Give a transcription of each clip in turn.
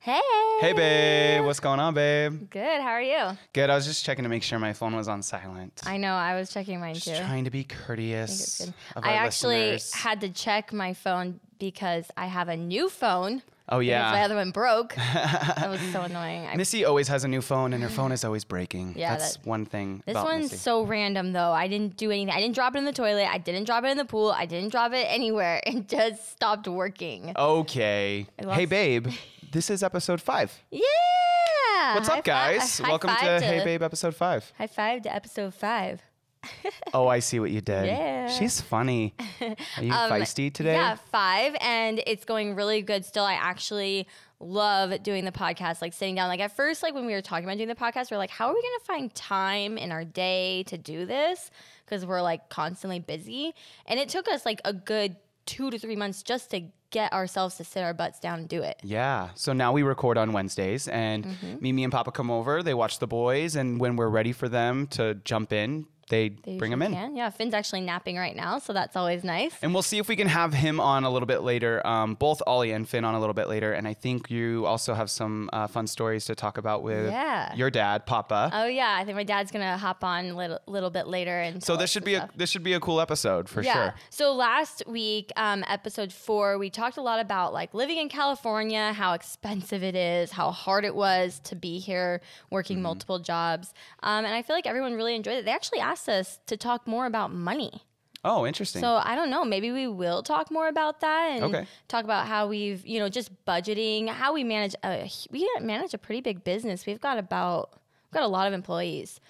Hey, babe. What's going on, babe? Good. How are you? Good. I was just checking to make sure my phone was on silent. I know. I was checking mine too. just trying to be It's courteous. good. Of our I actually listeners. had to check my phone because I have a new phone. Oh, Because my yeah. other one broke. that was so annoying. I, Missy always has a new phone, and her phone is always breaking. Yeah, That's that- one thing. this about one's Missy. so random though. I didn't do anything. I didn't drop it in the toilet. I didn't drop it in the pool. I didn't drop it anywhere. It just stopped working. Oh. Okay. Hey, lost- babe. This is episode five. Yeah. What's High fi- up, guys? high Welcome five to, Hey, Babe, episode five. High five to episode five. Oh, I see what you did. Yeah. Um, She's funny. Are you feisty today? Yeah, five, and it's going really good still. I actually love doing the podcast, like sitting down. Like at first, like when we were talking about doing the podcast, we are like, how are we gonna find time in our day to do this? Because we're like constantly busy, and it took us like a good two to three months just to get ourselves to sit our butts down and do it. Yeah. So now we record on Wednesdays, and Mm-hmm. Mimi and Papa come over. They watch the boys, and when we're ready for them to jump in, they, They bring them usually in. can. Yeah, Finn's actually napping right now, so that's always nice. And we'll see if we can have him on a little bit later, um, both Ollie and Finn on a little bit later. And I think you also have some uh, fun stories to talk about with Yeah. your dad, Papa. Oh yeah, I think my dad's gonna hop on a little, little bit later and. so tell this us should the be stuff. a this should be a cool episode for sure. So last week, um, episode four, we talked a lot about like living in California, how expensive it is, how hard it was to be here Mm-hmm. working multiple jobs. Um, and I feel like everyone really enjoyed it. They actually asked us to talk more about money. Oh, interesting. So I don't know. Maybe we will talk more about that and Okay. talk about how we've, you know, just budgeting, how we manage. A, we manage a pretty big business. We've got about, we've got a lot of employees.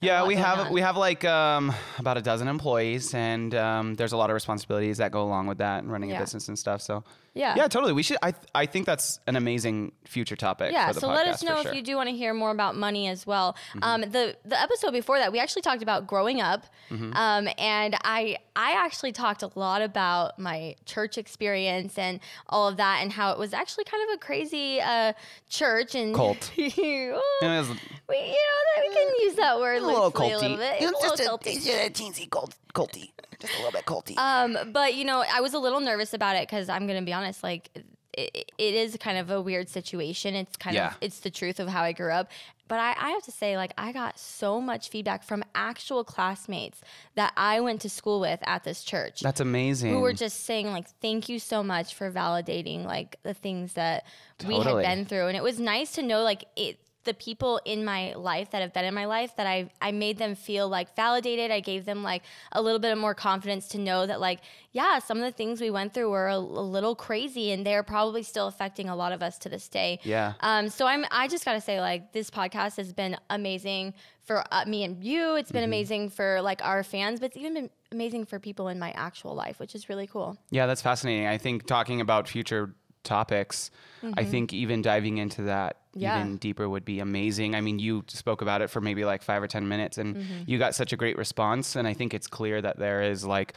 Yeah, lot we going have on. we have like um, about a dozen employees, and um, there's a lot of responsibilities that go along with that and running a Yeah. business and stuff. So Yeah. yeah, totally. We should. I th- I think that's an amazing future topic. Yeah, for the so podcast, let us for know sure. Mm-hmm. if you do want to hear more about money as well. Um, the the episode before that, we actually talked about growing up, Mm-hmm. um, and I I actually talked a lot about my church experience and all of that, and how it was actually kind of a crazy uh, church and Cult. we, you know, You know, it's that we can use that word a little loosely culty. a little bit. It's a just little a, culty. it's just a teensy cult, culty. Just a little bit culty. Um, but you know, I was a little nervous about it because I'm gonna be honest, like it, it is kind of a weird situation. It's kind Yeah. of it's the truth of how I grew up. But I, I have to say, like I got so much feedback from actual classmates that I went to school with at this church that's amazing. who were just saying like thank you so much for validating like the things that we had Totally. been through and it was nice to know like it the people in my life that have been in my life that I I made them feel like validated I gave them like a little bit of more confidence to know that like yeah some of the things we went through were a, a little crazy and they're probably still affecting a lot of us to this day Yeah. um, so I'm. I just gotta say, like, this podcast has been amazing for uh, me and you. It's been Mm-hmm. amazing for like our fans, but it's even been amazing for people in my actual life, which is really cool. Yeah, that's fascinating. I think talking about future topics, I think even diving into that Mm-hmm. Yeah. even deeper would be amazing. I mean, you spoke about it for maybe like five or 10 minutes and Mm-hmm. you got such a great response. And I think it's clear that there is like,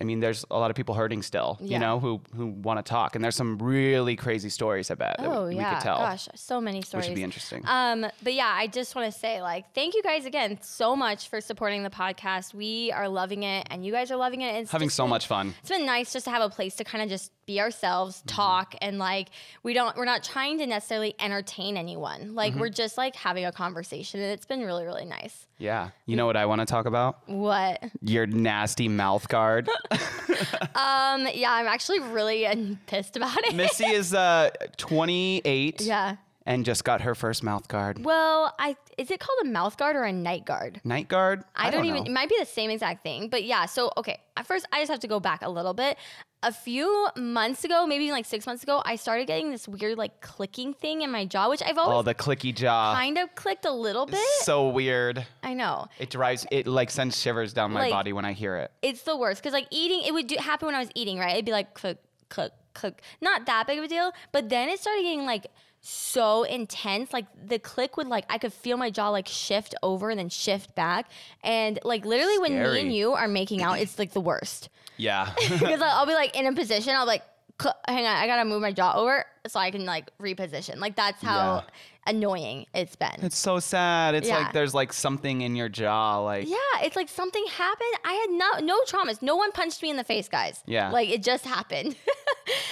I mean, there's a lot of people hurting still, Yeah. you know, who who want to talk. And there's some really crazy stories, I bet, that we- oh we, yeah, could tell, gosh, so many which stories. would be interesting. Um, but yeah, I just want to say like thank you guys again so much for supporting the podcast. We are loving it, and you guys are loving it. It's Having just so been- much fun. It's been nice just to have a place to kind of just be ourselves, talk, and like we don't we're not trying to necessarily entertain anyone. Like we're just like having a conversation, and it's been really really nice. Yeah. You know what I want to talk about? What? Your nasty mouth guard. Um, yeah, I'm actually really uh, pissed about it. Missy is uh, 28 yeah. and just got her first mouth guard. Well, I is it called a mouth guard or a night guard? Night guard? I, don't, even. know. It might be the same exact thing, but yeah. So okay, at first I just have to go back a little bit. A few months ago, maybe like six months ago, I started getting this weird like clicking thing in my jaw, which I've Oh, always the clicky jaw. kind of clicked a little bit. So weird. I know. It drives it like sends shivers down my Like- body when I hear it. it's the worst because like eating it would do, happen when I was eating right it'd be like click click click not that big of a deal but then it started getting like so intense like the click would like I could feel my jaw like shift over and then shift back and like literally when me Scary. and you are making out it's like the worst Yeah. because like, I'll be like in a position I'll be like cl- hang on I gotta move my jaw over so I can like reposition like that's how annoying it's been it's so sad. It's Yeah. like there's like something in your jaw like Yeah, it's like something happened. I had no no traumas. No one punched me in the face, guys. Yeah. Like it just happened.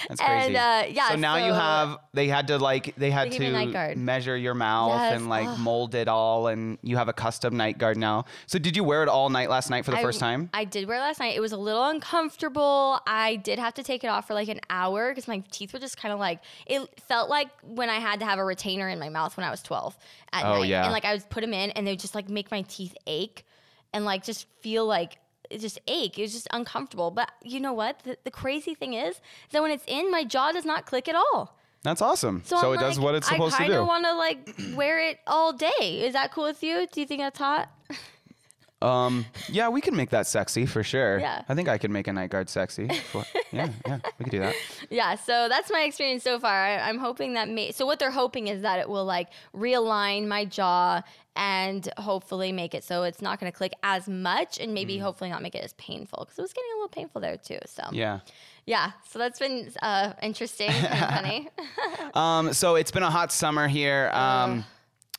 That's crazy. And uh, yeah, so now you so- have they had to like they had They gave me a night to guard. measure your mouth Yes, and like ugh. mold it all, and you have a custom night guard now. So did you wear it all night last night for the I- first time? I did wear it last night. It was a little uncomfortable. I did have to take it off for like an hour because my teeth were just kind of like it felt like when I had to have a retainer in my mouth when I was 12 at Oh, night. yeah. And like I would put them in and they would just like make my teeth ache and like just feel like it just ache. It was just uncomfortable. But you know what? The, the crazy thing is that when it's in, my jaw does not click at all. That's awesome. So, So, it I'm does like, what it's supposed I to kinda do. want to like wear it all day. Is that cool with you? Do you think that's hot? um, yeah, we can make that sexy for sure. Yeah. I think I could make a night guard sexy. For- yeah, yeah, we could do that. Yeah, so that's my experience so far. I, I'm hoping that may. So what they're hoping is that it will like realign my jaw and hopefully make it so it's not going to click as much and maybe hopefully not make it as painful because it was getting a little painful there too. So yeah, Mm. Yeah. so that's been uh, interesting and funny. Um, so it's been a hot summer here. Um,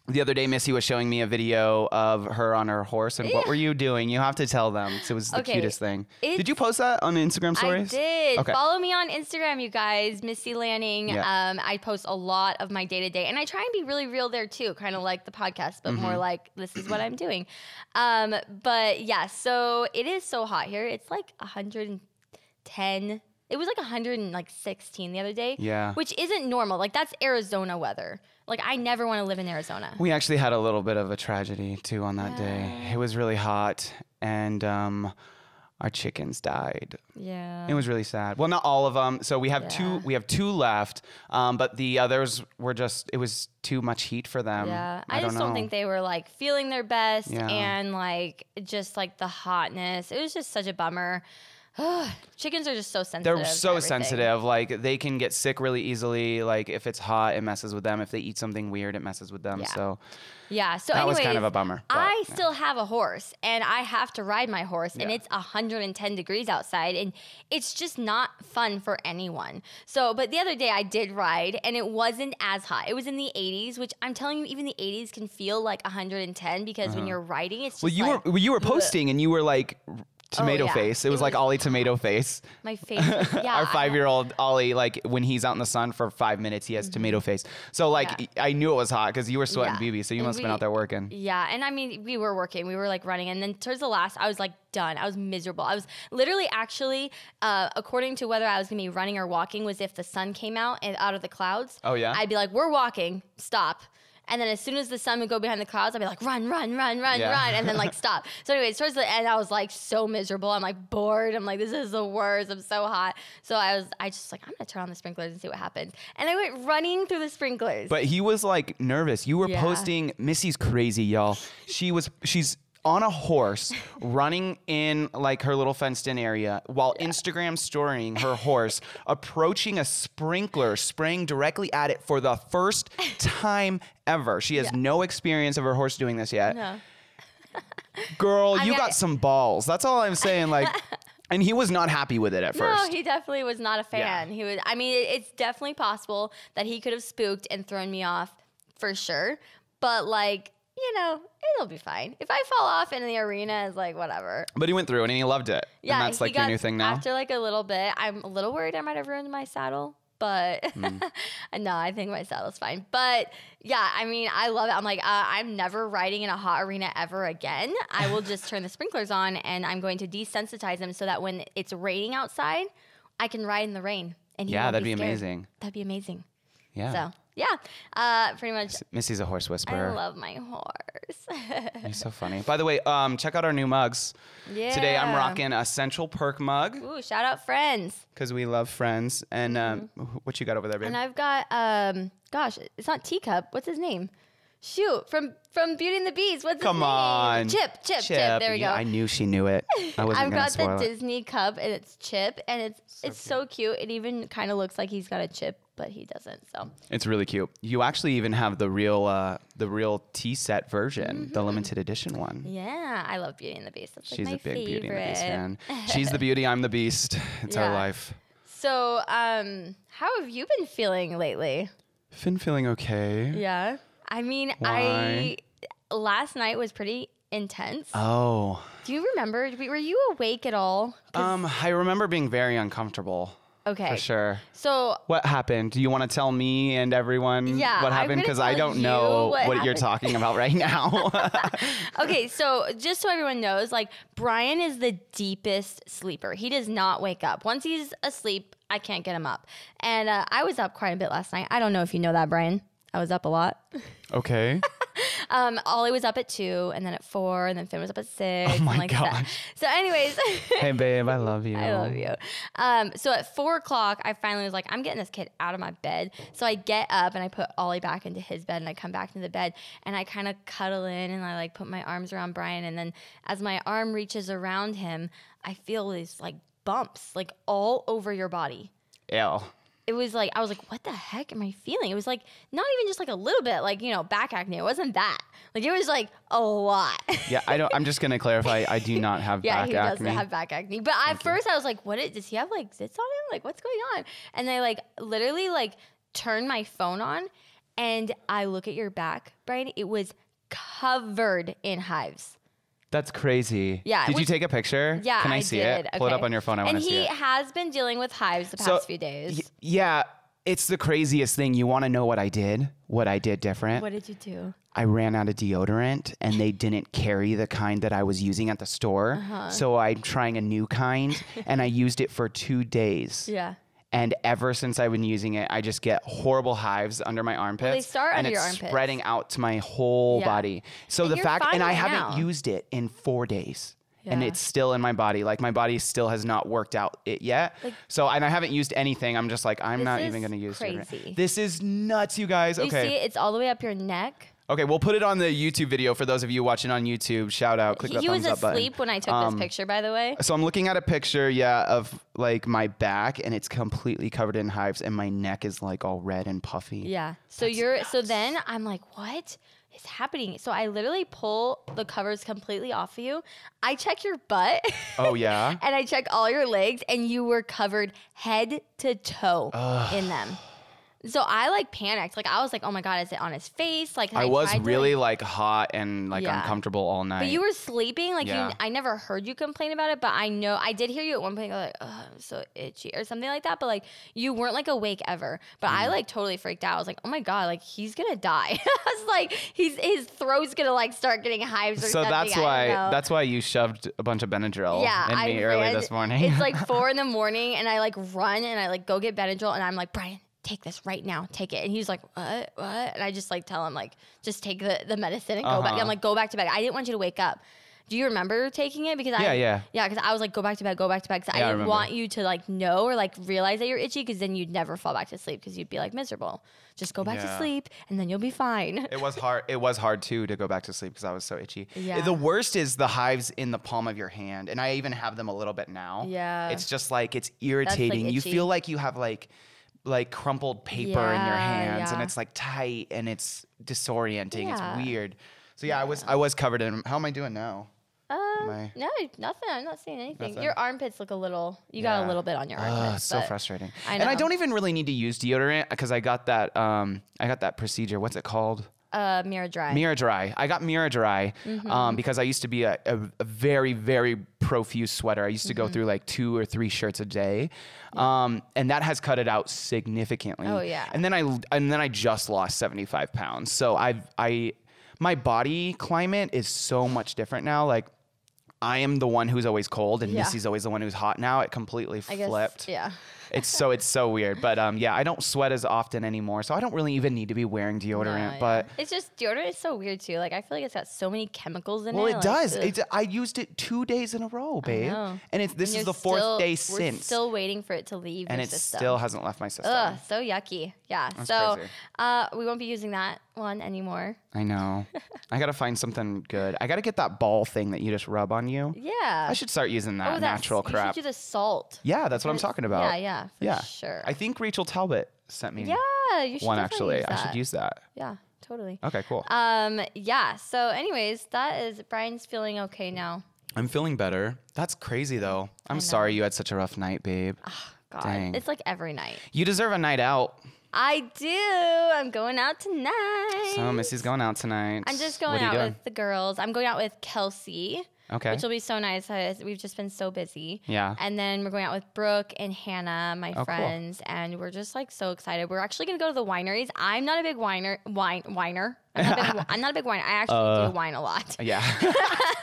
the other day, Missy was showing me a video of her on her horse, and what were you doing? You have to tell them. 'cause It was the Okay, cutest thing. Did it's- you post that on Instagram I stories? did. Okay. Follow me on Instagram, you guys. Missy Lanning. Yeah. Um, I post a lot of my day to day, and I try and be really real there too, kind of like the podcast, but Mm-hmm. more like this is what I'm doing. Um, but yeah, so it is so hot here. It's like 110. It was like 116 the other day. Yeah. Which isn't normal. Like that's Arizona weather. Like I never want to live in Arizona. We actually had a little bit of a tragedy too on that day. Oh. It was really hot, and um, our chickens died. Yeah. It was really sad. Well, not all of them. So we have two. Yeah. We have two left, um, but the others were just. It was too much heat for them. Yeah, I, just don't, Um, know. think they were like feeling their best Yeah. and like just like the hotness. It was just such a bummer. Chickens are just so sensitive. They're to so everything. sensitive. Like they can get sick really easily. Like if it's hot, it messes with them. If they eat something weird, it messes with them. Yeah. So Yeah. So, that anyways, was kind of a bummer. but- I still have a horse and I have to ride my horse and Yeah. it's 110 degrees outside and it's just not fun for anyone. So, but the other day I did ride and it wasn't as hot. It was in the 80s, which I'm telling you, even the 80s can feel like 110 because when you're riding, it's just Uh-huh. well, you like, Oh, were well, you were posting and you were like r- tomato yeah. face. It It was like was- Ollie tomato face. my face. was- Yeah, Our I- five year old Ollie, like when he's out in the sun for five minutes, he has tomato face. So like Mm-hmm. Yeah. I knew it was hot because you were sweating, Yeah. BB. So you And must have been we- out there working. Yeah, and I mean, we were working, we were like running, and then towards the last, I was like done. I was miserable. I was literally, actually, uh, according to whether I was gonna be running or walking, was if the sun came out and out of the clouds. Oh, yeah? I'd be like, "We're walking, stop." And then as soon as the sun would go behind the clouds, I'd be like, "Run, run, run, run, Yeah. run," and then like stop. So, anyways, towards the end, I was like so miserable. I'm like bored. I'm like, "This is the worst. I'm so hot." So I was, I just like, I'm gonna turn on the sprinklers and see what happens. And I went running through the sprinklers. But he was like nervous. You were Yeah. posting Missy's crazy, y'all. She was she's on a horse running in like her little fenced in area while Instagram storying her horse approaching a sprinkler spraying directly at it for the first time ever. She has no experience of her horse doing this yet. no. Girl, you mean, got I- some balls. That's all I'm saying like and he was not happy with it at first. No, he definitely was not a Yeah. fan. He was. I mean, it- it's definitely possible that he could have spooked and thrown me off for sure. But like, you know, it'll be fine. If I fall off in the arena, it's like whatever. but he went through it and he loved it. Yeah, and that's he like your got- new thing now. After like a little bit, I'm a little worried I might have ruined my saddle. But Hmm. no, I think my saddle's fine. But yeah, I mean, I love it. I'm like, uh, I'm never riding in a hot arena ever again. I will just turn the sprinklers on and I'm going to desensitize them so that when it's raining outside, I can ride in the rain. And he yeah, won't that'd be scared. amazing. That'd be amazing. Yeah. So yeah, uh, pretty much. Missy's a horse whisperer. I love my horse. You're so funny. By the way, um, check out our new mugs. Today I'm Yeah. rocking a Central Perk mug Ooh, shout out friends. because we love friends. And um, wh- what you got over there, babe? Mm-hmm. And I've got um gosh, it's not teacup. What's his name? Shoot, from from Beauty and the Beast. What's Come his name? on, Chip, Chip, Chip. There we Yeah, go. I knew she knew it. I wasn't I've gonna got the spoil it. Disney cup and it's Chip and it's it's so cute. It even kind of looks like he's got a chip, but he doesn't. So It's really cute. You actually even have the real, uh, the real tea set version, Mm-hmm. the limited edition one. yeah, I love Beauty and the Beast. That's She's like my a favorite. big Beauty and the Beast fan. She's the beauty. I'm the beast. It's our Yeah. life. So um, how have you been feeling lately? Finn feeling okay. Yeah, I mean, Why? I last night was pretty intense. Oh, Do you remember? Were you awake at all? um, I remember being very uncomfortable. Okay. for sure. So What happened? Do you want to tell me and everyone Yeah, I'm what happened? gonna Because I tell don't you know what what you're happened. talking about right now. okay, so just so everyone knows, like Brian is the deepest sleeper. He does not wake up. Once he's asleep, I can't get him up. And uh, I was up quite a bit last night. I don't know if you know that, Brian. I was up a lot. okay. Um, Ollie was up at two, and then at four, and then Finn was up at six. Oh my and like That. gosh. So, anyways, Hey, babe, I love you. I love you. Um, so at four o'clock, I finally was like, I'm getting this kid out of my bed. So I get up and I put Ollie back into his bed and I come back to the bed and I kind of cuddle in and I like put my arms around Brian. And then as my arm reaches around him, I feel these like bumps like all over your body. Ew. It was like, I was like, what the heck am I feeling? It was like, not even just like a little bit, like, you know, back acne. It wasn't that. Like, it was like a lot. Yeah, I don't. I'm just gonna clarify. I do not have Yeah, back he acne. doesn't have back acne. But at first, I was like, "What is? Does he have like zits on him? Like, what's going on?" And I like literally like turned my phone on, and I look at your back, Brian. It was covered in hives. That's crazy. Yeah, it Did you was- take a picture? Yeah, Can I, I see did. it? Pull it up Okay. on your phone. I want and to see he it. has been dealing with hives the past So, few days. Y- yeah, it's the craziest thing. You want to know what I did? What I did different? what did you do? I ran out of deodorant and they didn't carry the kind that I was using at the store. So I'm trying a new kind and I used it for two days. Yeah. And ever since I've been using it, I just get horrible hives under my armpits. start and under it's your armpits. spreading out to my whole Yeah. body. So the you're fact, fine and I right haven't now. used it in four days. And Yeah. it's still in my body. Like my body still has not worked out it yet. so and I haven't used anything. I'm just like I'm This not even is gonna use deodorant. crazy. This is nuts, you guys. Do you okay. see it? It's all the way up your neck. Okay, we'll put it on the YouTube video for those of you watching on YouTube. Shout out, click He, that he thumbs was up button. asleep when I took Um, this picture, by the way. So I'm looking at a picture, yeah, of like my back, and it's completely covered in hives, and my neck is like all red and puffy. Yeah. So you're so then I'm like, what is happening? So I literally pull the covers completely off of you. I check your butt Oh yeah. and I check all your legs and you were covered head to toe in them. So I like panicked. Like I was like, oh my god, is it on his face? Like and I was tried to, really like- like hot and like Yeah. uncomfortable all night. but you were sleeping, like Yeah. you. I never heard you complain about it, but I know I did hear you at one point go like, "Oh, I'm so itchy" or something like that. But like you weren't like awake ever. But Mm. I like totally freaked out. I was like, "Oh my god, like he's gonna die!" I was like, "He's his throat's gonna like start getting hives or so something." that's I don't why know. that's why you shoved a bunch of Benadryl yeah, in I me early ran- this morning. it's like four in the morning, and I like run and I like go get Benadryl, and I'm like, Brian, take this right now, take it. And he's like, what, what? And I just like tell him like, just take the the medicine and go back. Uh-huh. I'm like, go back to bed. I didn't want you to wake up. Do you remember taking it? Because Yeah, I, yeah. yeah, because I was like, go back to bed, go back to bed, because Yeah, I I didn't remember. want you to like know or like realize that you're itchy, because then you'd never fall back to sleep, because you'd be like miserable. Just go back Yeah. to sleep, and then you'll be fine. It was hard. It was hard too to go back to sleep because I was so itchy. Yeah. The worst is the hives in the palm of your hand, and I even have them a little bit now. Yeah. It's just like it's irritating. you itchy. feel like you have like like crumpled paper in your Yeah, hands, and yeah. it's like tight and it's disorienting. Yeah. It's weird. So yeah, I was I was covered in. How am I doing now? Um, My- no, nothing. I'm not seeing anything. Nothing. Your armpits look a little. You got Yeah. a little bit on your Ugh, armpits. Ah, so but- frustrating. I And I know. don't even really need to use deodorant because I got that um I got that procedure. What's it called? uh, Mira Dry. Mira Dry. I got Mira Dry Mm-hmm. um, because I used to be a, a, a very, very profuse sweater. I used to go Mm-hmm. through like two or three shirts a day, um, and that has cut it out significantly. Oh, yeah. And then I and then I just lost seventy five pounds. So I've I my body climate is so much different now. Like. I am the one who's always cold, and Yeah. Missy's always the one who's hot. Now it completely I guess. flipped. Yeah. It's so it's so weird, but um, yeah, I don't sweat as often anymore, so I don't really even need to be wearing No, deodorant. yeah. But it's just deodorant is so weird too. Like I feel like it's got so many chemicals in Well, it. it like, does. ugh. It's, I used it two days in a row, babe. know. And it's this You're is the fourth still- day we're since, Still waiting for it to leave. and your it system. still hasn't left my system. Ugh, so yucky. Yeah. so crazy. uh, we won't be using that one anymore. I know. I gotta find something good. I gotta get that ball thing that you just rub on you. Yeah. I should start using that oh, that's- natural You crap. should do the salt. yeah, that's what I'm It's- talking about. Yeah. Yeah. For Yeah. Sure. I think Rachel Talbot sent me yeah. You should definitely one actually. Use I that. should use that. Yeah. Totally. Okay, cool. Um. Yeah. So, anyways, that is Brian's feeling okay now. I'm feeling better. That's crazy though. I'm sorry you had such a rough night, babe. God, Dang. it's like every night. You deserve a night out. I do. I'm going out tonight. So Missy's going out tonight. I'm just What going are you out doing? with the girls. I'm going out with Kelsey. Okay. Which will be so nice. uh, We've just been so busy. Yeah. Oh, And then we're going out with Brooke and Hannah, my cool. friends, and we're just like so excited. We're actually going to go to the wineries. I'm not a big winer, wine, winer. I'm not, a big, I'm not a big winer. I actually Uh, do wine a lot, Yeah.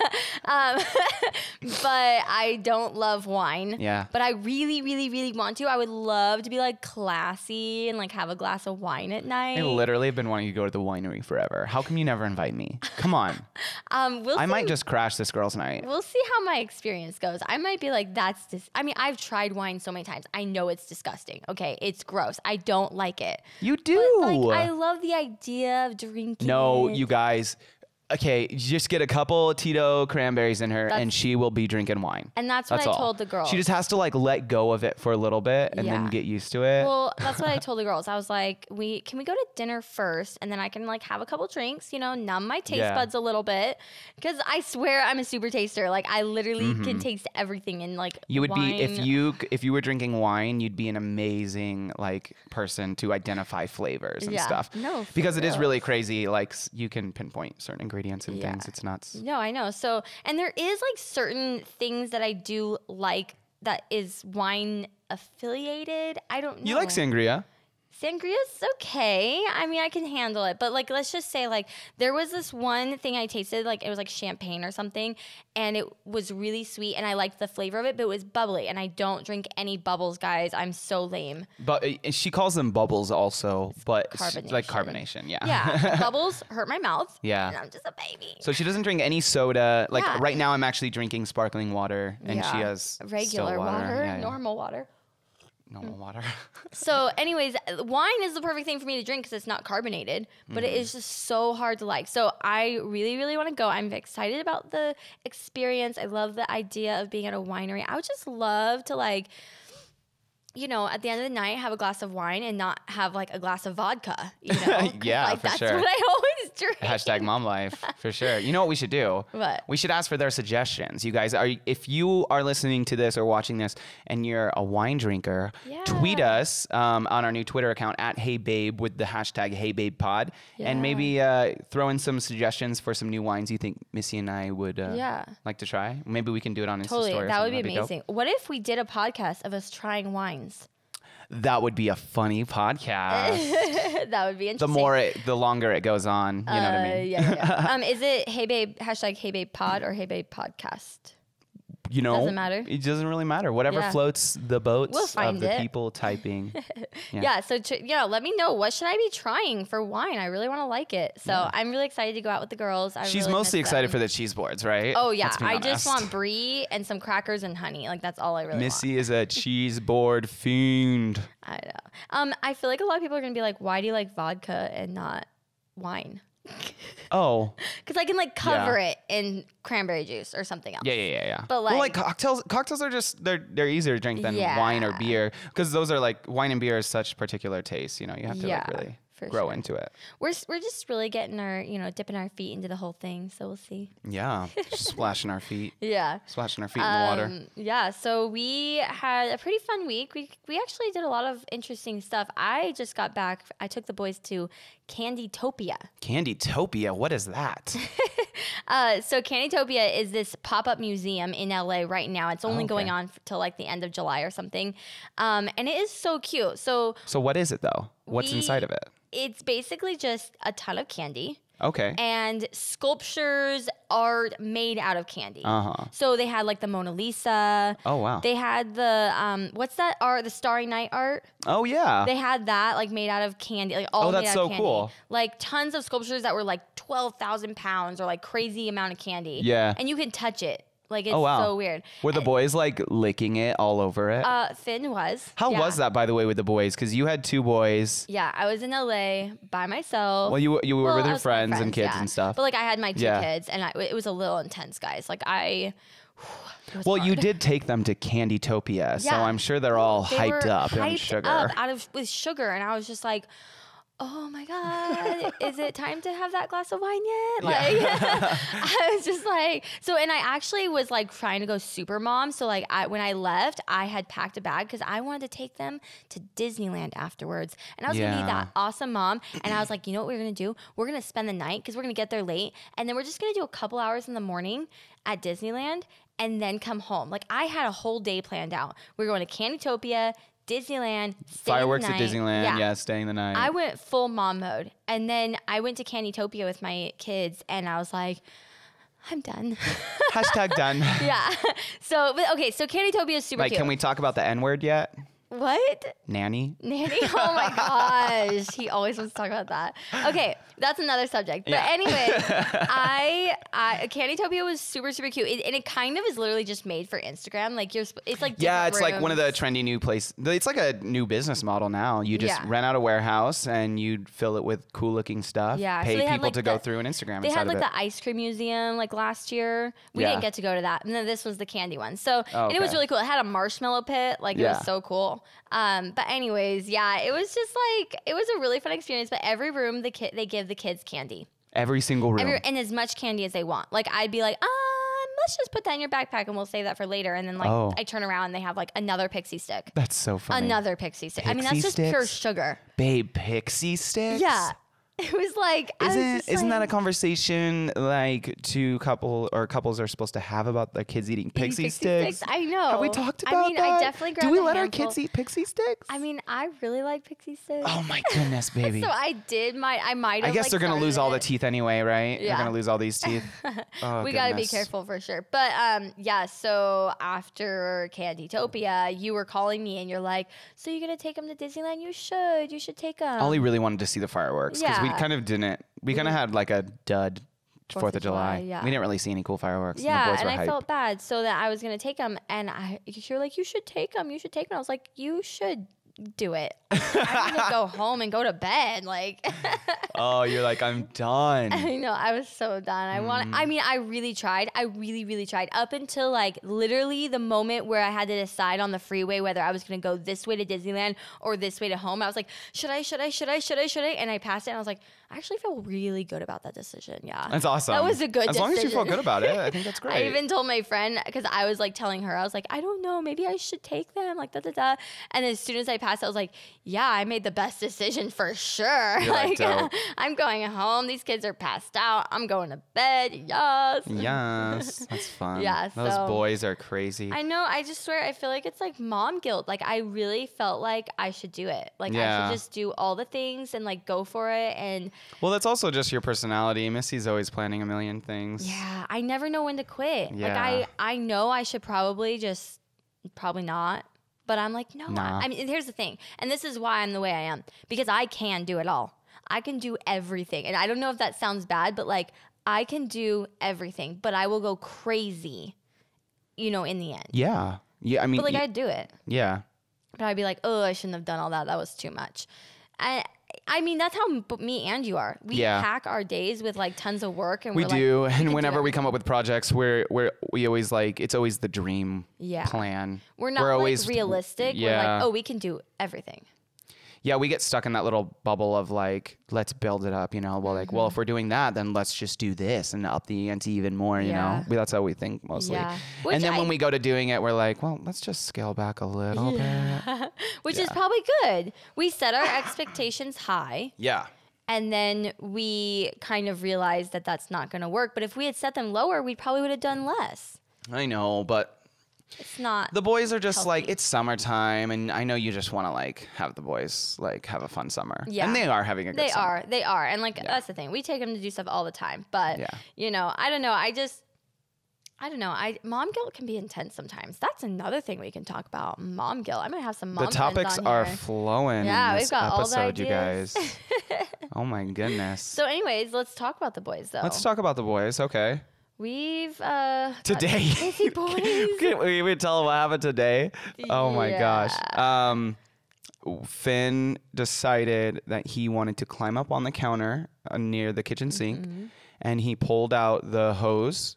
um, but I don't love wine. Yeah. But I really, really, really want to. I would love to be like classy and like have a glass of wine at night. I literally have been wanting to go to the winery forever. How come you never invite me? Come on. um, we'll I see might just crash this girl's night. We'll see how my experience goes. I might be like, that's dis. I mean, I've tried wine so many times. I know it's disgusting. Okay, it's gross. I don't like it. You But, do. like, I love the idea of drinking. no, it. you guys. Okay, you just get a couple Tito cranberries in her, and That's- she will be drinking wine. And that's what I all. told the girls. She just has to like let go of it for a little bit and then Yeah. get used to it. Well, that's what I told the girls. I was like, "We can we go to dinner first, and then I can like have a couple drinks, you know, numb my taste Yeah. buds a little bit, because I swear I'm a super taster. Like I literally can taste everything, and like Mm-hmm. you would be if wine- you c- if you were drinking wine, you'd be an amazing like person to identify flavors and Yeah. stuff. No, for because it is real. really crazy. Like s- you can pinpoint certain ingredients and Yeah. things. It's nuts. No, I know. So, and there is like certain things that I do like that is wine affiliated. I don't know. You like sangria? Sangria's okay. I mean, I can handle it. But like let's just say like there was this one thing I tasted like it was like champagne or something and it was really sweet and I liked the flavor of it, but it was bubbly and I don't drink any bubbles, guys. I'm so lame. But uh, she calls them bubbles also, but s- like carbonation. carbonation, yeah. Yeah, bubbles hurt my mouth. Yeah. And I'm just a baby. so she doesn't drink any soda. Like Yeah. right now, I'm actually drinking sparkling water, and she Yeah. has still regular water, Yeah, yeah. normal water. normal water. So, anyways, wine is the perfect thing for me to drink because it's not carbonated, but it Mm-hmm. is just so hard to like. So, I really, really want to go. I'm excited about the experience. I love the idea of being at a winery. I would just love to, like, you know, at the end of the night, have a glass of wine and not have like a glass of vodka. You know, 'Cause, Yeah, like, for that's sure. what I always drink. Hashtag mom life for sure. You know what we should do? What? We should ask for their suggestions. You guys are if you are listening to this or watching this and you're a wine drinker, tweet Yeah. us um, on our new Twitter account at Hey Babe with the hashtag Hey Babe Pod, and Yeah. maybe uh, throw in some suggestions for some new wines you think Missy and I would uh, Yeah. like to try. Maybe we can do it on Insta Totally, story. or that would be something. That'd dope. amazing. What if we did a podcast of us trying wines? That would be a funny podcast. that would be interesting. Uh, the more it, the longer it goes on. You know what I Uh, mean? yeah, yeah, yeah. um, is it Hey Babe hashtag Hey Babe Pod or Hey Babe Podcast? you know, Doesn't matter. It doesn't really matter. Whatever Yeah. floats the boats We'll of find the it. people typing. Yeah. Yeah. so tr- yeah, let me know what should I be trying for wine. I really want to like it. So I'm really excited to go out with the girls. I She's really mostly miss excited them. for the cheese boards, right? Oh yeah, Let's be I just honest. want brie and some crackers and honey. Like that's all I really want. Missy is a cheese board fiend. I know. Um, I feel like a lot of people are gonna be like, why do you like vodka and not wine? Oh, Because I can like cover it in cranberry juice or something else. yeah, yeah, yeah, yeah. But, well, like- like cocktails, cocktails are just they're they're easier to drink than wine or Yeah. beer because those are like wine and beer is such particular taste. You know, you have to Yeah, like really for grow sure. into it. We're s- we're just really getting our you know dipping our feet into the whole thing. So we'll see. Yeah, splashing our feet, Yeah. splashing our feet in the water. Um, yeah, so we had a pretty fun week. We we actually did a lot of interesting stuff. I just got back. I took the boys to Candytopia. Candytopia, what is that? Uh, so Candytopia is this pop-up museum in LA right now. It's only Oh, okay. going on f- till like the end of July or something. Um, and it is so cute. So so what is it though? What's We- inside of it? it's basically just a ton of candy Okay. and sculptures art made out of candy. Uh huh. So they had like the Mona Lisa. Oh wow. They had the um, what's that art? The Starry Night art. oh yeah. They had that like made out of candy, like all Oh, made that's out so of candy. cool. Like tons of sculptures that were like twelve thousand pounds or like crazy amount of candy. Yeah. and you can touch it. Like it's Oh, wow. so weird. Were the boys like licking it all over it? Uh, Finn was. How yeah. was that, by the way, with the boys? Because you had two boys. Yeah, I was in LA by myself. Well, you you were Well, with I your was with my friends, and kids yeah. and stuff. But like I had my two Yeah. kids, and I, it was a little intense, guys. Like I. it was well, you hard. did take them to Candytopia, so Yeah. I'm sure they're all They were hyped up hyped and sugar. up out of with sugar, and I was just like, oh my God, is it time to have that glass of wine yet? Like, I was just like, so, and I actually was like trying to go super mom. So, like, I, when I left, I had packed a bag because I wanted to take them to Disneyland afterwards. And I was going to Yeah. be that awesome mom. And I was like, you know what we're going to do? We're going to spend the night because we're going to get there late. And then we're just going to do a couple hours in the morning at Disneyland and then come home. Like, I had a whole day planned out. We were going to Candytopia. Disneyland, stay the Fireworks at night. Disneyland. Yeah. Yeah. staying the night. I went full mom mode. And then I went to Candytopia with my kids and I was like, I'm done. Hashtag done. yeah. So, but okay, so Candytopia is super like, cute. can we talk about the N word yet? what? Nanny. Nanny? Oh my gosh. He always wants to talk about that. Okay, that's another subject. But Yeah. anyway, I, I Candytopia was super, super cute. It, and it kind of is literally just made for Instagram. Like, you're, sp- it's like, Yeah, different it's like one of the rooms. trendy new place. It's like a new business model now. You just Yeah. rent out a warehouse and you fill it with cool looking stuff. Yeah, so pay they had, people like, to go the- through an Instagram. They inside had like of it. the ice cream museum like last year. We Yeah. didn't get to go to that. And then this was the candy one. So Oh, and it was okay. really cool. It had a marshmallow pit. Like it Yeah. was so cool. Um, but anyways, yeah, it was just like it was a really fun experience. But every room the kid they give the kids candy. every single room. Every, and as much candy as they want. Like I'd be like, um, let's just put that in your backpack and we'll save that for later. And then like Oh. I turn around and they have like another pixie stick. That's so funny. Another pixie stick. I mean, Pixie that's just pure sticks? sugar. babe pixie sticks. Yeah. It was like I was Isn't just isn't that a like- conversation like two couple or couples are supposed to have about their kids eating pixie, sticks? I know. Have we talked about I mean, that? I definitely Do grabbed we a let handful. our kids eat pixie sticks? I mean, I really like pixie sticks. oh my goodness, baby. so I did my. I might. I have, guess like, they're gonna lose started all the it. teeth anyway, right? Yeah. They're gonna lose all these teeth. Oh, we gotta be goodness. careful for sure. But um, yeah. So after Candytopia, you were calling me and you're like, "So you're gonna take them to Disneyland? You should. You should take them." Ollie really wanted to see the fireworks because we Yeah. kind of didn't. We kind of had like a dud Fourth, of July. yeah. We didn't really see any cool fireworks. and the yeah, boys and were I hyped. felt bad, so that I was gonna take them, and I you're like, you should take them, you should take them. I was like, you should do it. I'm gonna go home and go to bed. Like, oh, you're like I'm done. I know. I was so done. I want. Mm. I mean, I really tried. I really, really tried. Up until like literally the moment where I had to decide on the freeway whether I was going to go this way to Disneyland or this way to home. I was like, should I? Should I? Should I? Should I? Should I? And I passed it, and I was like, I actually feel really good about that decision. Yeah, That's awesome. That was a good. As long as you feel decision. good about it, I think that's great. I even told my friend because I was like telling her, I was like, I don't know, maybe I should take them, like da da da. And as soon as I passed, I was like, Yeah, I made the best decision for sure. You're like, "Dope." I'm going home. These kids are passed out. I'm going to bed. Yes. Yes, that's fun. Yeah, those so- boys are crazy. I know. I just swear, I feel like it's like mom guilt. Like I really felt like I should do it. Like I Yeah. should just do all the things and like go for it. And well, that's also just your personality. Missy's always planning a million things. yeah, I never know when to quit. Like Yeah. I, I know I should probably just probably not. But I'm like, no. I- Nah. I mean, here's the thing, and this is why I'm the way I am because I can do it all. I can do everything, and I don't know if that sounds bad, but like I can do everything, but I will go crazy, you know, in the end. Yeah. Yeah. I mean, But like y- I'd do it. yeah. But I'd be like, oh, I shouldn't have done all that. That was too much. I, I mean, that's how m- b- me and you are. We Yeah. pack our days with like tons of work, and We are do. Like, and do whenever we come up with projects, we're, we're, we always like, it's always the dream Yeah. plan. we're not like, realistic. We're yeah. like, oh, we can do everything. Yeah. We get stuck in that little bubble of like, let's build it up, you know? Well, like, well, Mm-hmm. if we're doing that, then let's just do this and up the ante even more, you Yeah. know? We, that's how we think mostly. Yeah. Which And then I- when we go to doing it, we're like, well, let's just scale back a little bit. Which is probably good. We set our expectations high, Yeah. and then we kind of realized that that's not going to work. But if we had set them lower, we probably would have done less. I know, but It's not. The boys are just like healthy. it's summertime, and I know you just want to like have the boys like have a fun summer. Yeah. and they are having a good. They summer. are. They are. And like that's the thing. We take them to do stuff all the time. But Yeah. you know, I don't know. I just I don't know. I mom guilt can be intense sometimes. That's another thing we can talk about. Mom guilt. I might have some mom. The friends topics on are here. flowing. Yeah, in we've this got all the episode, you ideas. guys. oh my goodness. so, anyways, let's talk about the boys though. Let's talk about the boys. Okay, We've uh got today. busy boys. Can we even tell them what happened today? Oh my gosh. Yeah. Um, Finn decided that he wanted to climb up on the counter uh, near the kitchen sink Mm-hmm. and he pulled out the hose.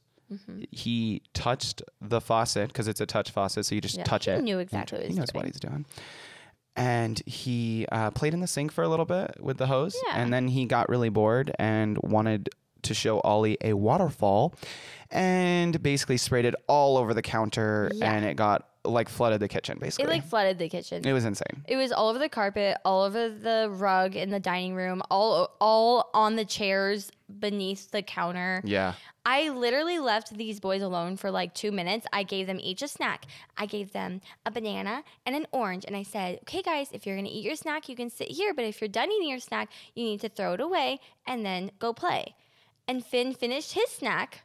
He touched the faucet because it's a touch faucet, so you just Yeah, touch he it. knew You exactly what ju- he he was knows what doing. he's doing. and he uh, played in the sink for a little bit with the hose, Yeah. and then he got really bored and wanted to show Ollie a waterfall, and basically sprayed it all over the counter, Yeah. and it got like flooded the kitchen. It Basically, like flooded the kitchen. it was insane. It was all over the carpet, all over the rug in the dining room, all all on the chairs beneath the counter. Yeah. I literally left these boys alone for like 2 minutes. I gave them each a snack. I gave them a banana and an orange and I said, "Okay guys, if you're going to eat your snack, you can sit here, but if you're done eating your snack, you need to throw it away and then go play." And Finn finished his snack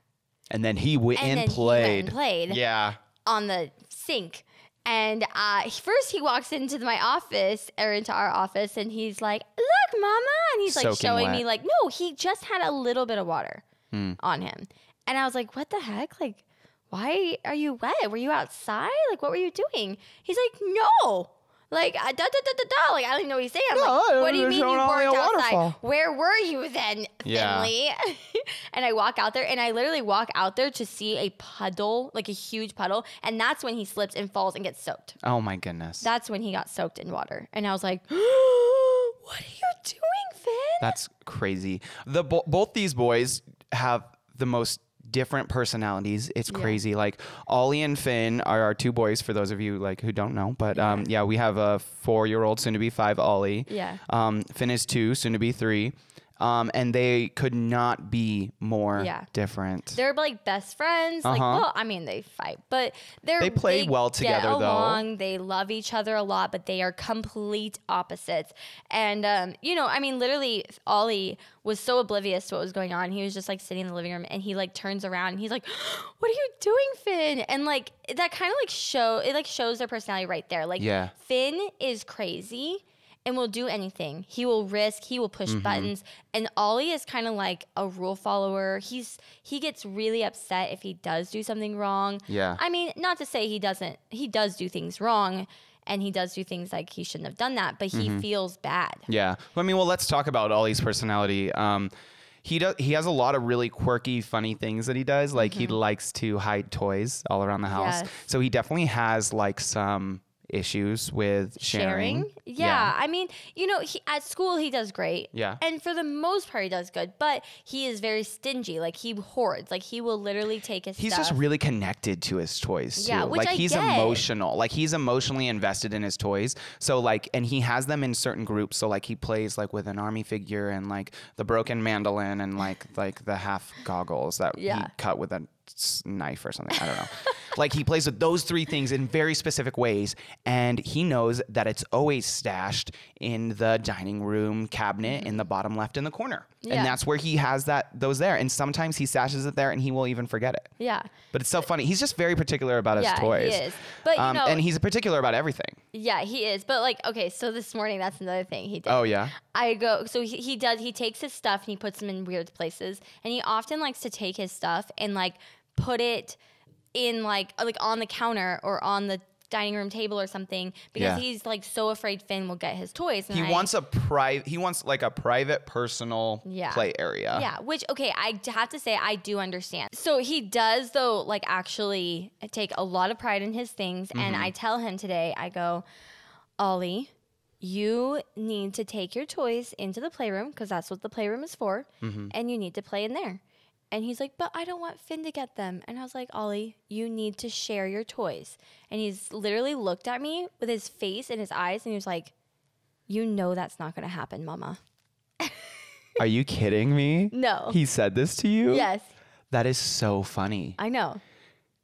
And then he went and and, then he went played. and played Yeah. on the sink. And uh, he- first he walks into my office or into our office and he's like, Look, mama. And he's like Soaking showing me, wet. Hmm. like, No, he just had a little bit of water on him. And I was like, What the heck? Like, why are you wet? Were you outside? Like, what were you doing? He's like, No. Like, uh, da, da, da, da, da. Like, I don't even know what he's saying. I'm No, I like, What do you was mean you showing Ollie weren't a outside? waterfall." Where were you then, Yeah. Finley? and I walk out there and I literally walk out there to see a puddle, like a huge puddle. And that's when he slips and falls and gets soaked. Oh my goodness. That's when he got soaked in water. And I was like, what are you doing, Finn? That's crazy. The bo- both these boys have the most different personalities. It's crazy. Like Ollie and Finn are our two boys. For those of you like who don't know, but um, yeah, we have a four-year-old, soon to be five, Ollie. Yeah. Um, Finn is two, soon to be three, um, and they could not be more Yeah. different. they're like best friends. Like, Uh-huh. well, I mean, they fight, but they're They play well together, Get though. along, They love each other a lot, but they are complete opposites. And um, you know, I mean, literally, Ollie was so oblivious to what was going on. He was just like sitting in the living room, and he like turns around and he's like, "What are you doing, Finn?" And like that kind of like show it like shows their personality right there. Like, Yeah. Finn is crazy. And will do anything. He will risk. He will push buttons. And Ollie is kind of like a rule follower. He's he gets really upset if he does do something wrong. Yeah. I mean, not to say he doesn't, he does do things wrong and he does do things like he shouldn't have done that, but Mm-hmm. he feels bad. Yeah. Well, I mean, well, let's talk about Ollie's personality. Um, he does. He has a lot of really quirky, funny things that he does. Like he likes to hide toys all around the house. Mm-hmm. Yes. So he definitely has like some issues with sharing. Yeah. I mean, you know, he, at school he does great. Yeah. And for the most part he does good, but he is very stingy. Like he hoards. Like he will literally take his He's stuff. just really connected to his toys too. Yeah, which like I he's get. emotional. Like he's emotionally invested in his toys. So like and he has them in certain groups. So like he plays like with an army figure and like the broken mandolin and like like the half goggles that he Yeah. cut with a s- knife or something. I don't know. like he plays with those three things in very specific ways and he knows that it's always stashed in the dining room cabinet in the bottom left in the corner. Mm-hmm. Yeah. And that's where he has that those there and sometimes he stashes it there and he will even forget it. yeah. But it's so funny. He's just very particular about his Yeah, he toys. Um, is. But, you know- and he's particular about everything. Yeah, he is. But like, okay, so this morning that's another thing he did. Oh yeah. I go. So he, he does. He takes his stuff and he puts them in weird places. And he often likes to take his stuff and like put it in like uh, like on the counter or on the dining room table or something because Yeah. he's like so afraid Finn will get his toys. And He I- wants a private. He wants like a private, personal Yeah. play area. Yeah, which okay, I d- have to say I do understand. So he does though like actually take a lot of pride in his things and Mm-hmm. I tell him today I go, "Ollie, you need to take your toys into the playroom because that's what the playroom is for Mm-hmm. and you need to play in there." And he's like, "But I don't want Finn to get them." And I was like, "Ollie, you need to share your toys." And he's literally looked at me with his face and his eyes and he was like, "You know that's not going to happen, mama." Are you kidding me? No. He said this to you. yes, That is so funny. I know.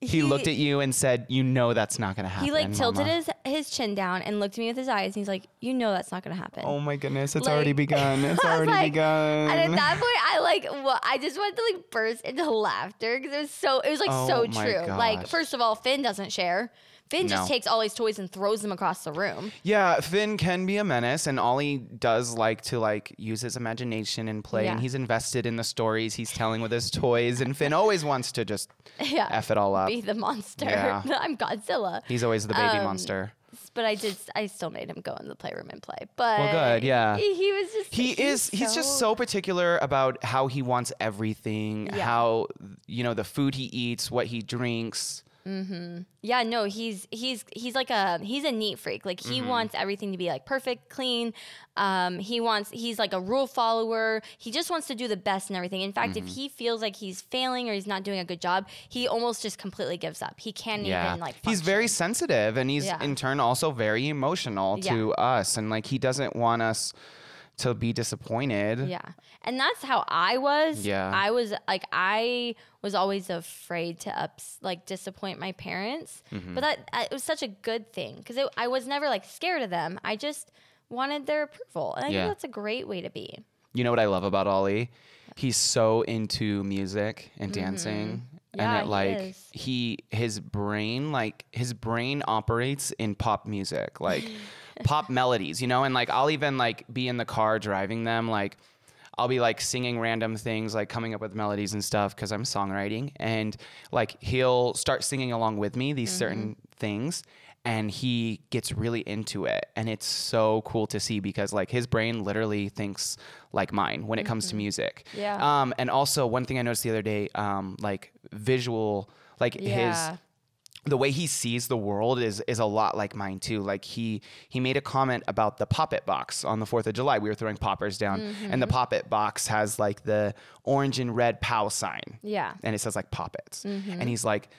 he, looked at you and said, "You know that's not gonna happen." He like tilted Mama." his his chin down and looked at me with his eyes, and he's like, "You know that's not gonna happen." Oh my goodness! It's Like- already begun. It's I was already like- begun. And at that point, I like, well, I just wanted to like burst into laughter because it was so, it was like Oh so my true. Like, gosh. first of all, Finn doesn't share. Finn No. just takes all his toys and throws them across the room. Yeah, Finn can be a menace, and Ollie does like to like use his imagination and play, and Yeah. he's invested in the stories he's telling with his toys. And Finn always wants to just Yeah. f it all up. Be the monster. Yeah. I'm Godzilla. He's always the baby Um, monster. But I did, I still made him go in the playroom and play. But good, yeah. He, he was just, He is. was He's just so particular about how he wants everything, Yeah. how you know the food he eats, what he drinks. Yeah, no, he's he's he's like a he's a neat freak. Like Mm-hmm. he wants everything to be like perfect, clean. Um, he wants he's like a rule follower. He just wants to do the best and everything. In fact, Mm-hmm. if he feels like he's failing or he's not doing a good job, he almost just completely gives up. He can't even like. he's function. very sensitive and he's Yeah. in turn also very emotional Yeah. to us and like he doesn't want us to be disappointed. Yeah. And that's how I was. Yeah. I was like I was always afraid to ups like disappoint my parents. Mm-hmm. But that, that- it was such a good thing cuz I was never like scared of them. I just wanted their approval. And I Yeah. think that's a great way to be. You know what I love about Ollie? He's so into music and dancing. Mm-hmm. Yeah, and it he like is. he his brain like his brain operates in pop music, like pop melodies, you know, and like I'll even like be in the car driving them like I'll be like singing random things, like coming up with melodies and stuff because I'm songwriting. And like he'll start singing along with me these certain Mm-hmm. things and he gets really into it. And it's so cool to see because like his brain literally thinks like mine when it comes to music. Mm-hmm. Yeah. Um, and also, one thing I noticed the other day um, like visual, like his Yeah. the way he sees the world is is a lot like mine too. Like he he made a comment about the pop-it box on the 4th of July. We were throwing poppers down and the pop-it box has like the orange and red POW sign. Yeah. And it says like poppets. And he's like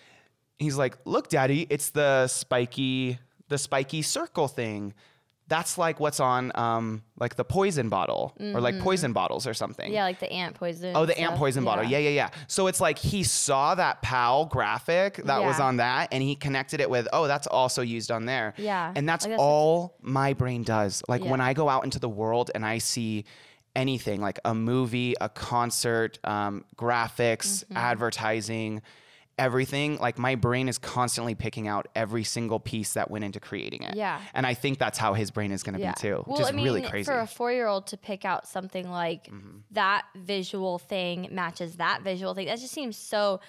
he's like, "Look, daddy, it's the spiky the spiky circle thing." That's like what's on um like the poison bottle or like poison bottles or something. Yeah, like the ant poison. Oh, and the ant stuff. poison bottle. Yeah, yeah, yeah. So it's like he saw that PAL graphic that was Yeah. on that and he connected it with, oh, that's also used on there. Yeah. And that's, Like, that's- all my brain does. Like when Yeah. I go out into the world and I see anything like a movie, a concert, um, graphics, Mm-hmm. advertising, everything, like my brain is constantly picking out every single piece that went into creating it. Yeah. And I think that's how his brain is going to be too. Well, Just I mean, really crazy. Mm-hmm. for a four-year-old to pick out something like that visual thing matches that visual thing, that just seems so,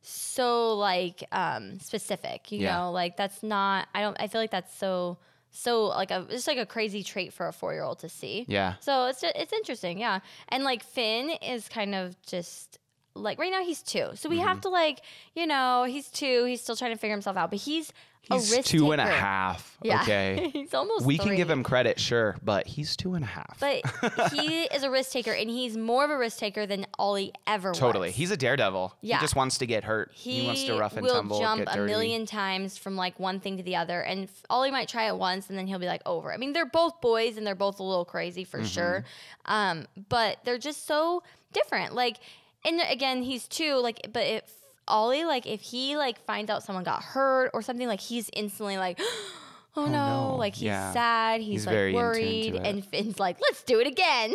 so like um, specific. You Yeah. know, like that's not. I don't. I feel like that's so, so like a just like a crazy trait for a four-year-old to see. yeah. So it's ju- it's interesting, yeah. And like Finn is kind of just like right now he's two, so we Mm-hmm. have to like you know he's two, he's still trying to figure himself out, but he's a He's risk two and a taker. half. Yeah. Okay. he's almost. We can give three. him credit, sure, but he's two and a half. But he is a risk taker, and he's more of a risk taker than Ollie ever was. totally, he's a daredevil. Yeah. He just wants to get hurt. He, He wants to rough and will tumble, jump get a dirty. million times from like one thing to the other, and f- Ollie might try it once, and then he'll be like over. I mean, they're both boys, and they're both a little crazy Mm-hmm. for sure, um, but they're just so different. Like, and again, he's two. Like, but if Ollie, like, if he like finds out someone got hurt or something, like he's instantly like. Oh, no. no. Like he's Yeah. sad, he's, He's like very in tune to worried, it. and Finn's like, "Let's do it again."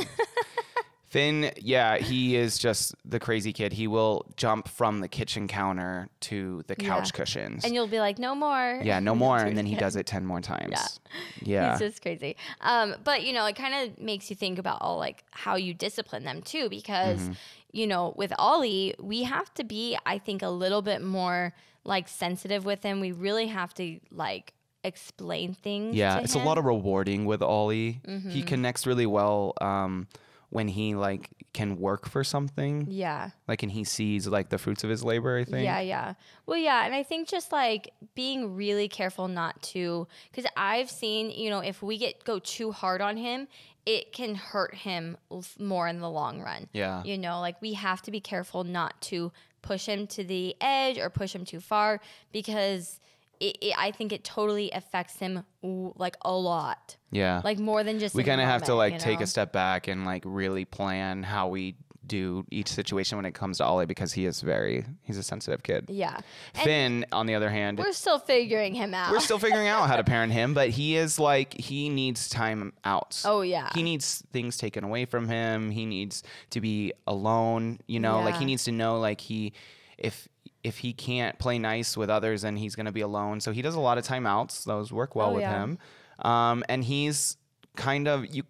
Finn, yeah, he is just the crazy kid. He will jump from the kitchen counter to the couch Yeah. cushions. and you'll be like, "No more." yeah, no more. And then he does it 10 more times. Yeah. It's just crazy. Um, but you know, it kind of makes you think about all like how you discipline them too, because Mm-hmm. you know, with Ollie, we have to be, I think, a little bit more like sensitive with him. We really have to like explain things. Yeah, to it's a him. Mm-hmm. lot of rewarding with Ollie. He connects really well um, when he like can work for something. yeah. Like and he sees like the fruits of his labor, I think. Yeah, yeah. Well, yeah, and I think just like being really careful not to, because I've seen, you know, if we get go too hard on him, it can hurt him l- more in the long run. Yeah. You know, like we have to be careful not to push him to the edge or push him too far because it, it, I think it totally affects him w- like a lot, Yeah. like more than just. we in the kind of have to moment, like you take know? a step back and like really plan how we do each situation when it comes to Ollie because he is very he's a sensitive kid. Yeah, and Finn, on the other hand, we're still figuring him out. we're still figuring out how to parent him, but he is like he needs time out. Oh, yeah. He needs things taken away from him. He needs to be alone, you know, like he Yeah. needs to know like he if if he can't play nice with others then he's going to be alone. So he does a lot of timeouts. Those work well Oh, with yeah. him. Um and he's kind of you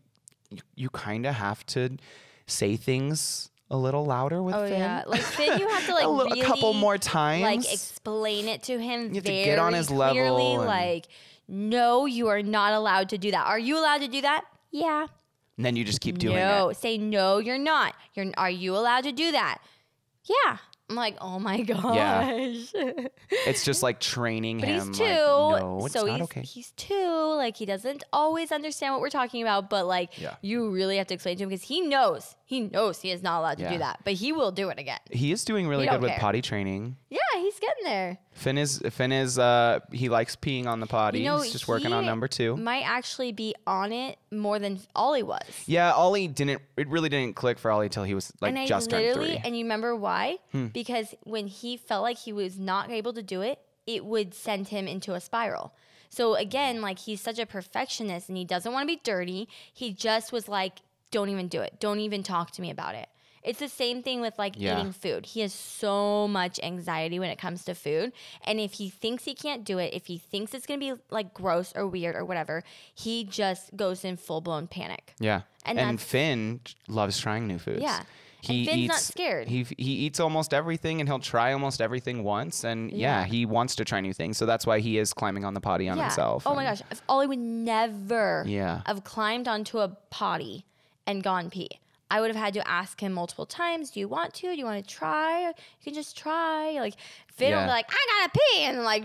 you, you kind of have to say things a little louder with Oh Finn. yeah, like Finn, you have to like a, li- a couple really, more times. like explain it to him have to very get on his level clearly, and- like no you are not allowed to do that are you allowed to do that yeah and then you just keep doing it. no say no you're not you're are you allowed to do that yeah I'm like, oh my gosh. It's just like training But him. he's like, two, no, it's so not he's okay. he's two. Like he doesn't always understand what we're talking about, but like Yeah. you really have to explain to him because he knows he knows he is not allowed to Yeah. do that, but he will do it again. He is doing really You good don't with care. potty training. Yeah, he's getting there. Finn is Finn is uh he likes peeing on the potty. You know, he's just working on he number two. Might actually be on it more than Ollie was. yeah, Ollie didn't. It really didn't click for Ollie till he was like and I just turned literally, three. Hmm. and you remember why? Because when he felt like he was not able to do it, it would send him into a spiral. So again, like he's such a perfectionist and he doesn't want to be dirty. He just was like, don't even do it. Don't even talk to me about it. It's the same thing with like Yeah. eating food. He has so much anxiety when it comes to food. And if he thinks he can't do it, if he thinks it's going to be like gross or weird or whatever, he just goes in full blown panic. yeah, and and, that's- Finn j- loves trying new foods. Yeah. He Finn's eats, not scared. He f- he eats almost everything, and he'll try almost everything once. And yeah, Yeah. he wants to try new things, so that's why he is climbing on the potty on himself. Oh my and- gosh. If Ollie would never Yeah. have climbed onto a potty and gone pee. I would have had to ask him multiple times, do you want to? Do you want to try? You can just try. Like Finn would Yeah. be like, I gotta pee and like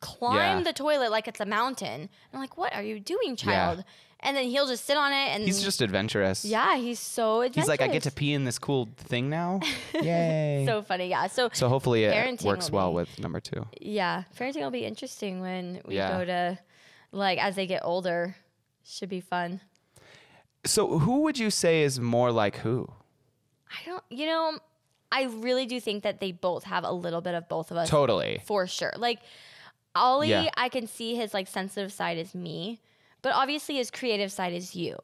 climb Yeah. the toilet like it's a mountain. And I'm like, what are you doing, child? And then he'll just sit on it and He's just adventurous. Yeah, he's so adventurous. He's like, I get to pee in this cool thing now. Yay. so, so funny, yeah. So, hopefully it parenting works will well be- with number two. yeah, parenting will be interesting when we Yeah. go to like as they get older. Should be fun. So who would you say is more like who? I don't, you know, I really do think that they both have a little bit of both of us Totally. for sure. Like Ollie, Yeah. I can see his like sensitive side is me, but obviously his creative side is you.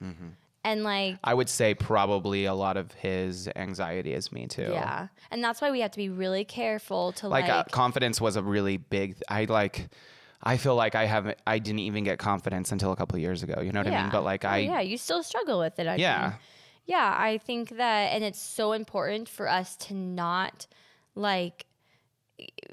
And like, Mm-hmm. I would say probably a lot of his anxiety is me too. yeah. And that's why we have to be really careful to like, Like, uh, confidence was a really big. I like. I feel like I haven't. I didn't even get confidence until a couple years ago. You know what I mean? But like Oh, I. yeah, you still struggle with it. I mean. Yeah. yeah, I think that, and it's so important for us to not like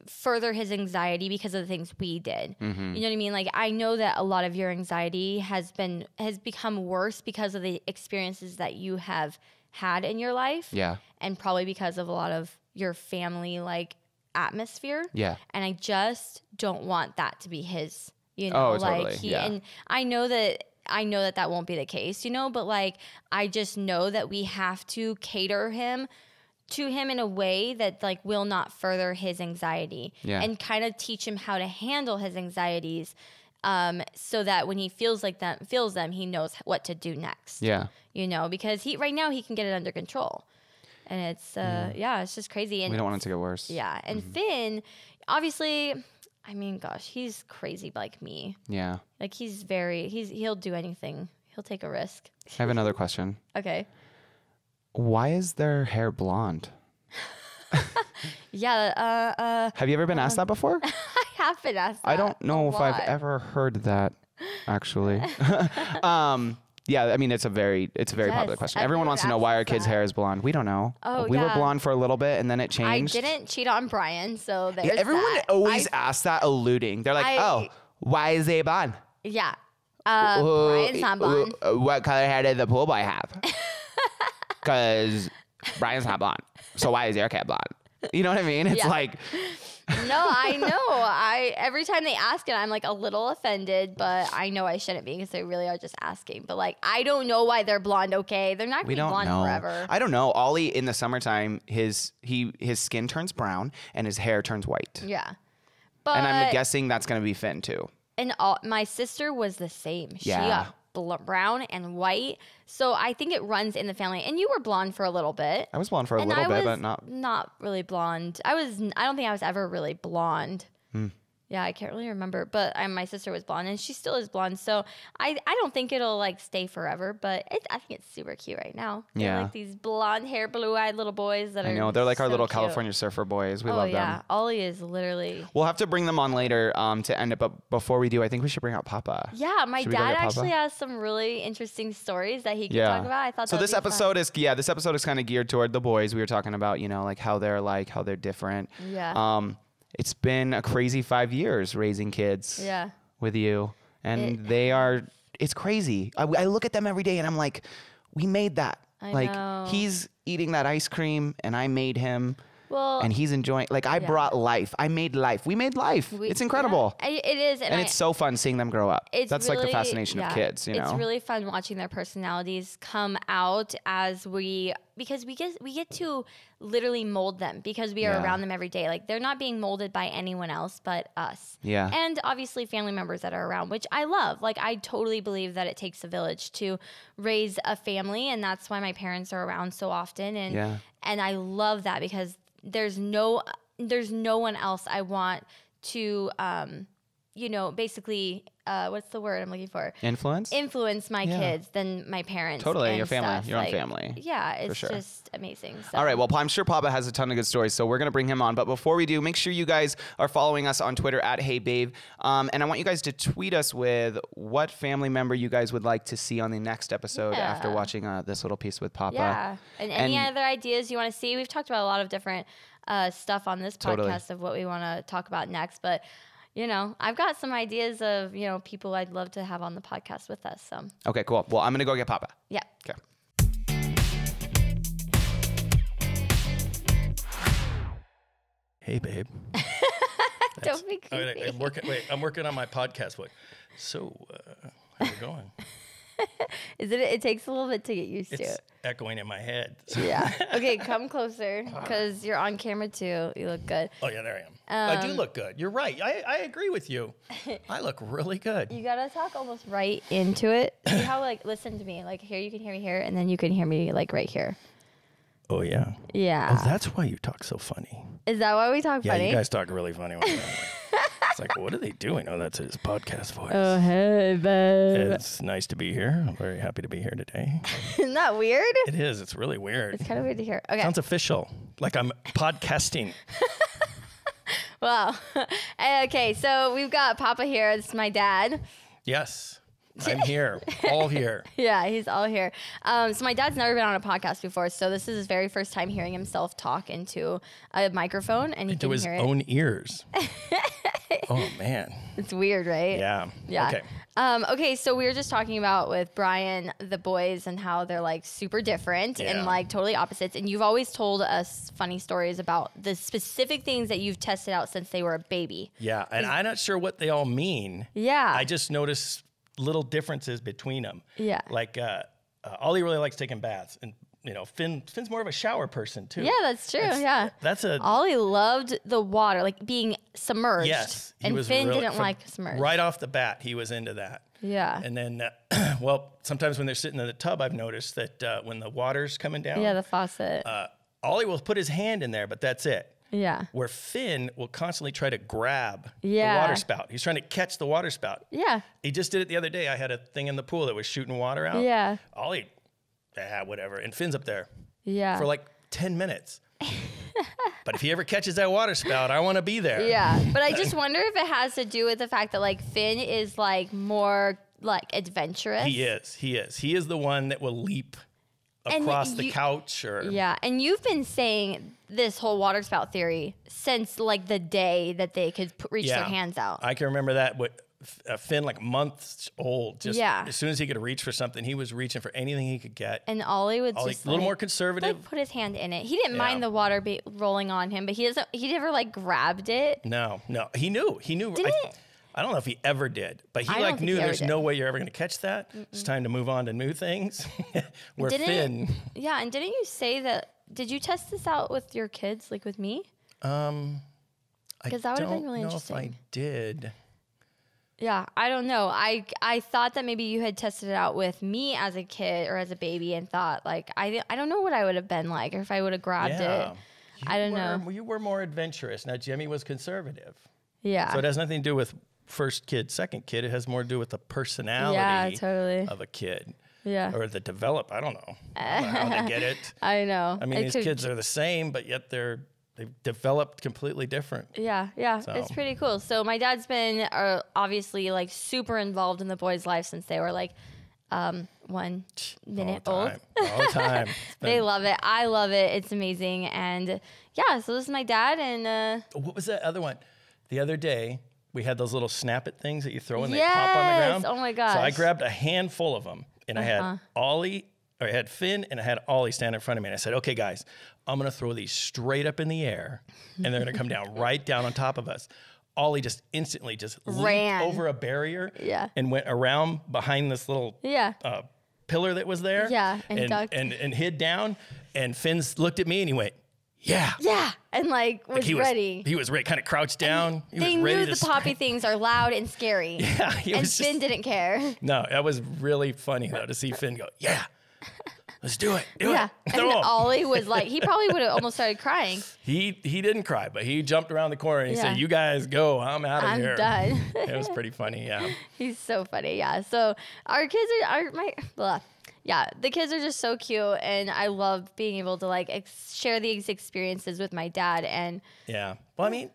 further his anxiety because of the things we did. mm-hmm. You know what I mean? Like I know that a lot of your anxiety has been has become worse because of the experiences that you have had in your life Yeah. and probably because of a lot of your family like atmosphere Yeah. and I just don't want that to be his. You know, Oh, like totally, he yeah. and I know that I know that that won't be the case, you know, but like I just know that we have to cater him to him in a way that like will not further his anxiety Yeah. and kind of teach him how to handle his anxieties um, so that when he feels like them feels them he knows what to do next Yeah. you know because he right now he can get it under control and it's uh yeah, it's just crazy and We don't want it to get worse. yeah, and Mm-hmm. Finn, obviously, I mean, gosh, he's crazy like me. Yeah. Like he's very he's he'll do anything. He'll take a risk. I have another question. Okay. Why is their hair blonde? Yeah. Uh. Uh. Have you ever been asked that before? I have been asked. I that don't know a if I've lot. ever heard that actually. um, yeah, I mean it's a very it's a very popular Yes, question. Everyone everyone wants to know asks why us our kids' that. hair is blonde. We don't know. Oh, we were yeah. blonde for a little bit and then it I changed. didn't cheat on Brian, so there's Yeah, everyone that. always I- asks that alluding. They're like, I- "Oh, why is they blonde? yeah. Uh, Oh, Brian's not blonde. uh, what color hair did the pool boy have? Cuz Brian's not blonde. So why is your cat blonde?" You know what I mean? It's Yeah. like no, I know. I every time they ask it, I'm like a little offended, but I know I shouldn't be because they really are just asking. But like, I don't know why they're blonde. Okay, they're not gonna We be don't blonde know. forever. I don't know. Ollie in the summertime, his he his skin turns brown and his hair turns white. Yeah. But And I'm guessing that's gonna be Finn too. and all, my sister was the same. She Yeah. got bl- brown and white. So I think it runs in the family. And you were blonde for a little bit. I was blonde for a and little I bit, was but not. really blonde. I was n- I don't think I was ever really blonde. Hmm. Yeah, I can't really remember, but I, my sister was blonde and she still is blonde. So I, I don't think it'll like stay forever, but it, I think it's super cute right now. They're Yeah. like these blonde hair, blue eyed little boys that are. I know they're like our so little cute. California surfer boys. We Oh love yeah, them. Ollie is literally. We'll have to bring them on later um, to end it, but before we do, I think we should bring out Papa. Yeah, my Should we go dad get Papa? actually has some really interesting stories that he could talk about. I thought so. that would This be fun. episode is yeah. This episode is kind of geared toward the boys. We were talking about you know like how they're like how they're different. Yeah. Um, it's been a crazy five years raising kids. Yeah. With you, and they are. It's crazy. I, I look at them every day, and I'm like, we made that. I like know. he's eating that ice cream, and I made him. Well, and he's enjoying. Like I brought life. I made life. We made life. we- it's yeah, incredible. I- it is, and, and I- it's so fun seeing them grow up. it's That's like the really- fascination of yeah, kids, you know. It's really fun watching their personalities come out as we because we get we get to literally mold them because we are Yeah. around them every day. Like they're not being molded by anyone else but us. Yeah. And obviously family members that are around, which I love. Like I totally believe that it takes a village to raise a family and that's why my parents are around so often and Yeah. and I love that because there's no there's no one else I want to um you know basically uh what's the word I'm looking for Influence? influence my Yeah. kids than my parents Totally, and your family, stuff. your own Like, family, yeah it's sure. just amazing so. All right. Well, I'm sure Papa has a ton of good stories, so we're gonna bring him on. But before we do, make sure you guys are following us on Twitter at Hey Babe, um, and I want you guys to tweet us with what family member you guys would like to see on the next episode after Yeah. watching uh, this little piece with Papa. yeah and any uh, and- other ideas you want to see we've talked about a lot of different uh stuff on this podcast Totally. of what we want to talk about next but you know I've got some ideas of you know people I'd love to have on the podcast with us so Okay. Cool. Well, I'm gonna go get Papa. yeah Okay. Hey, babe. don't be All right, creepy. I, am working. Wait, I'm working on my podcast. What? So, uh, how's it going? Is it? It takes a little bit to get used to. It's echoing in my head. Yeah. Okay, come closer because you're on camera too. You look good. Oh yeah, there I am. Um, I do look good. You're right. I, I agree with you. I look really good. You gotta talk almost right into it. See how like listen to me. Like here you can hear me here, and then you can hear me like right here. Oh yeah. Yeah. That's why you talk so funny. Is that why we talk Yeah, funny? you guys talk really funny. When you're on there. it's like, what are they doing? Oh, that's his podcast voice. oh hey, babe. it's nice to be here. I'm very happy to be here today. Isn't that weird? It is. It's really weird. It's kind of weird to hear. Okay. Sounds official. Like I'm podcasting. Wow. eh, okay, so we've got Papa here. It's my dad. Yes. I'm here. All here. Yeah, he's all here. Um, so my dad's never been on a podcast before, so this is his very first time hearing himself talk into a microphone, and he to can his hear it. own ears. oh man. It's weird, right? Yeah. Yeah. Okay. Um, okay, so we were just talking about with Brian the boys and how they're like super different Yeah. and like totally opposites. And you've always told us funny stories about the specific things that you've tested out since they were a baby. Yeah, and I'm not sure what they all mean. Yeah. I just notice little differences between them. Yeah. Like uh, uh, Ollie really likes taking baths, and you know Finn Finn's more of a shower person too. yeah, that's true. yeah. That's a Ollie loved the water, like being submerged. yes. he And was Finn really- didn't from like submerged. Right off the bat, he was into that. Yeah. And then, uh, well, sometimes when they're sitting in the tub, I've noticed that uh, when the water's coming down, yeah, the faucet. uh, Ollie will put his hand in there, but that's it. yeah. where Finn will constantly try to grab Yeah. the water spout. He's trying to catch the water spout. Yeah. He just did it the other day. I had a thing in the pool that was shooting water out. Yeah. Ollie, ah, whatever. And Finn's up there Yeah. for like 10 minutes. but if he ever catches that water spout, I want to be there. Yeah, but I just wonder if it has to do with the fact that like Finn is like more like adventurous. He is. He is. He is the one that will leap And across the you- couch or. Yeah, and you've been saying this whole water spout theory since like the day that they could p- reach their Yeah. hands out. I can remember that. What uh, Finn, like months old, just Yeah. as soon as he could reach for something, he was reaching for anything he could get. and Ollie was Ollie, just a little like, more conservative. like put his hand in it. He didn't Yeah. mind the water be- rolling on him, but he doesn't. He never like grabbed it. No, no. He knew. He knew. Did I, it? I don't know if he ever did, but he I don't like think knew he ever there's did. no way you're ever going to catch that. It's time to move on to new things. Where Didn't- Finn, Yeah, and didn't you say that? Did you test this out with your kids, like with me? Um, I 'Cause that would've been don't really know If I interesting. did. Yeah, I don't know. I I thought that maybe you had tested it out with me as a kid or as a baby and thought like I I don't know what I would have been like or if I would have grabbed Yeah. it. I don't were, know. You were more adventurous. Now Jimmy was conservative, Yeah. so it has nothing to do with first kid, second kid. It has more to do with the personality yeah, totally. of a kid Yeah. or the develop. I don't know, I don't know how they get it. I know. I mean, It these could- kids are the same, but yet they're they've developed completely different. Yeah, yeah, it's So- pretty cool. So my dad's been uh, obviously like super involved in the boys' life since they were like um one minute all old. the time. All the time. It's been- They love it. I love it. It's amazing. And yeah, so this is my dad and uh What was that other one? The other day, we had those little snap it things that you throw and they pop on Yes! the ground. Oh my So I gosh. Uh-huh. grabbed a handful of them and I had Ollie, or I had Finn and I had Ollie stand in front of me. And I said, okay, guys, I'm going to throw these straight up in the air and they're going to come down right down on top of us. Ollie just instantly just Ran. leaped over a barrier Yeah. and went around behind this little Yeah. uh, pillar that was there. Yeah, and and and, ducked. and, hid down. And Finn's looked at me and he went, yeah. yeah. And like was He was ready. He was ready, kind of crouched down. He they was ready knew to the poppy things are loud and scary. Yeah, he and was just- Finn didn't care. No, that was really funny though to see Finn go, yeah, let's do it. Do Yeah. it. And Throw 'em." Ollie was like, he probably would have almost started crying. He he didn't cry, but he jumped around the corner and he Yeah. said, "You guys go. I'm out of I'm here." done. It was pretty funny. Yeah, He's so funny. Yeah. So our kids are, are my, blah. yeah, the kids are just so cute. And I love being able to like ex- share these experiences with my dad. And yeah. Well, I mean,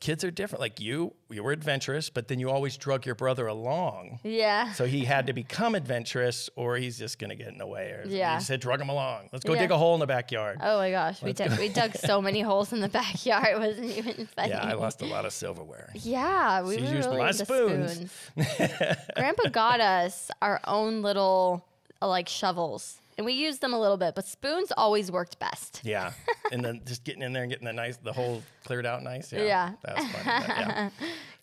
kids are different. Like you, you were adventurous, but then you always drug your brother along. yeah. So he had to become adventurous, or he's just gonna get in the way. Or Yeah. You said, "Drug him along. Let's go Yeah. dig a hole in the backyard." Oh my gosh, we dug, we dug so many holes in the backyard. It wasn't even funny. Yeah, I lost a lot of silverware. Yeah, we So you were used really my into spoons. spoons. Grandpa got us our own little uh, like shovels, and we used them a little bit, but spoons always worked best. Yeah, and then just getting in there and getting the nice, the hole cleared out nice. Yeah, Yeah. that was funny. but yeah.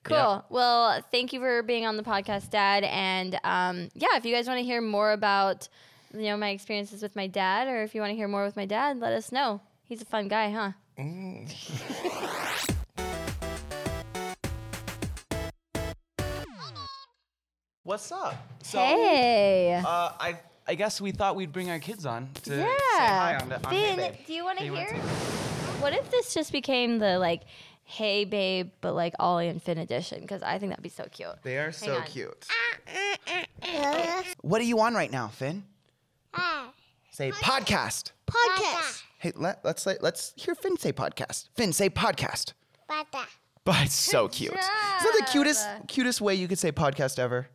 Cool. Well, thank you for being on the podcast, Dad. And um, yeah, if you guys want to hear more about you know my experiences with my dad, or if you want to hear more with my dad, let us know. He's a fun guy, huh? What's up? So, hey. uh, I I guess we thought we'd bring our kids on to say hi Yeah. on, the, on Hey Finn, Babe. do you want to Hey, you wanna hear? take What if this just became the like, hey babe, but like Ollie and Finn edition? Because I think that'd be so cute. They are so on. Ah, cute. What are you on right now, Finn? Uh, Say podcast. Podcast. Hey, let, let's say, let's hear Finn say podcast. Finn say podcast. Podcast. But it's so cute. Is that the cutest cutest way you could say podcast ever?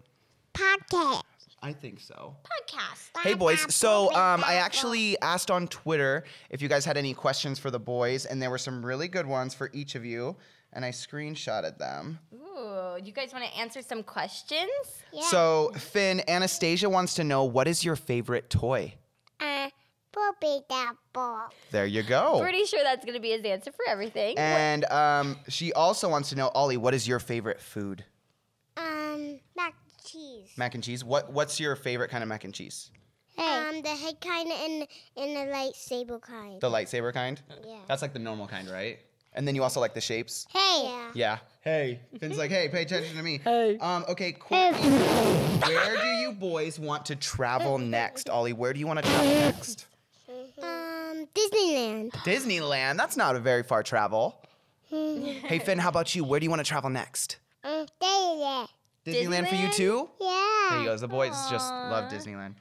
Podcast. I think so. Podcast. Hey boys, so um, I actually asked on Twitter if you guys had any questions for the boys, and there were some really good ones for each of you, and I screenshotted them. Ooh, you guys want to answer some questions? Yeah. So Finn, Anastasia wants to know what is your favorite toy. Uh, Bobby the ball. There you go. Pretty sure that's gonna be his answer for everything. And um, she also wants to know, Ollie, what is your favorite food? Um, mac and cheese. Mac and cheese. What What's your favorite kind of mac and cheese? Um, the head kind and and the lightsaber kind. The lightsaber kind. Yeah. That's like the normal kind, right? And then you also like the shapes. hey. Yeah. Yeah. Hey, Finn's like, hey, pay attention to me. Hey. Um, okay, cool. Where do you boys want to travel next, Ollie? Where do you want to travel next? Mm-hmm. Um, Disneyland. Disneyland. That's not a very far travel. hey, Finn, how about you? Where do you want to travel next? Um, Disneyland. Disneyland, for you too? Yeah. There you go. The boys just love Disneyland.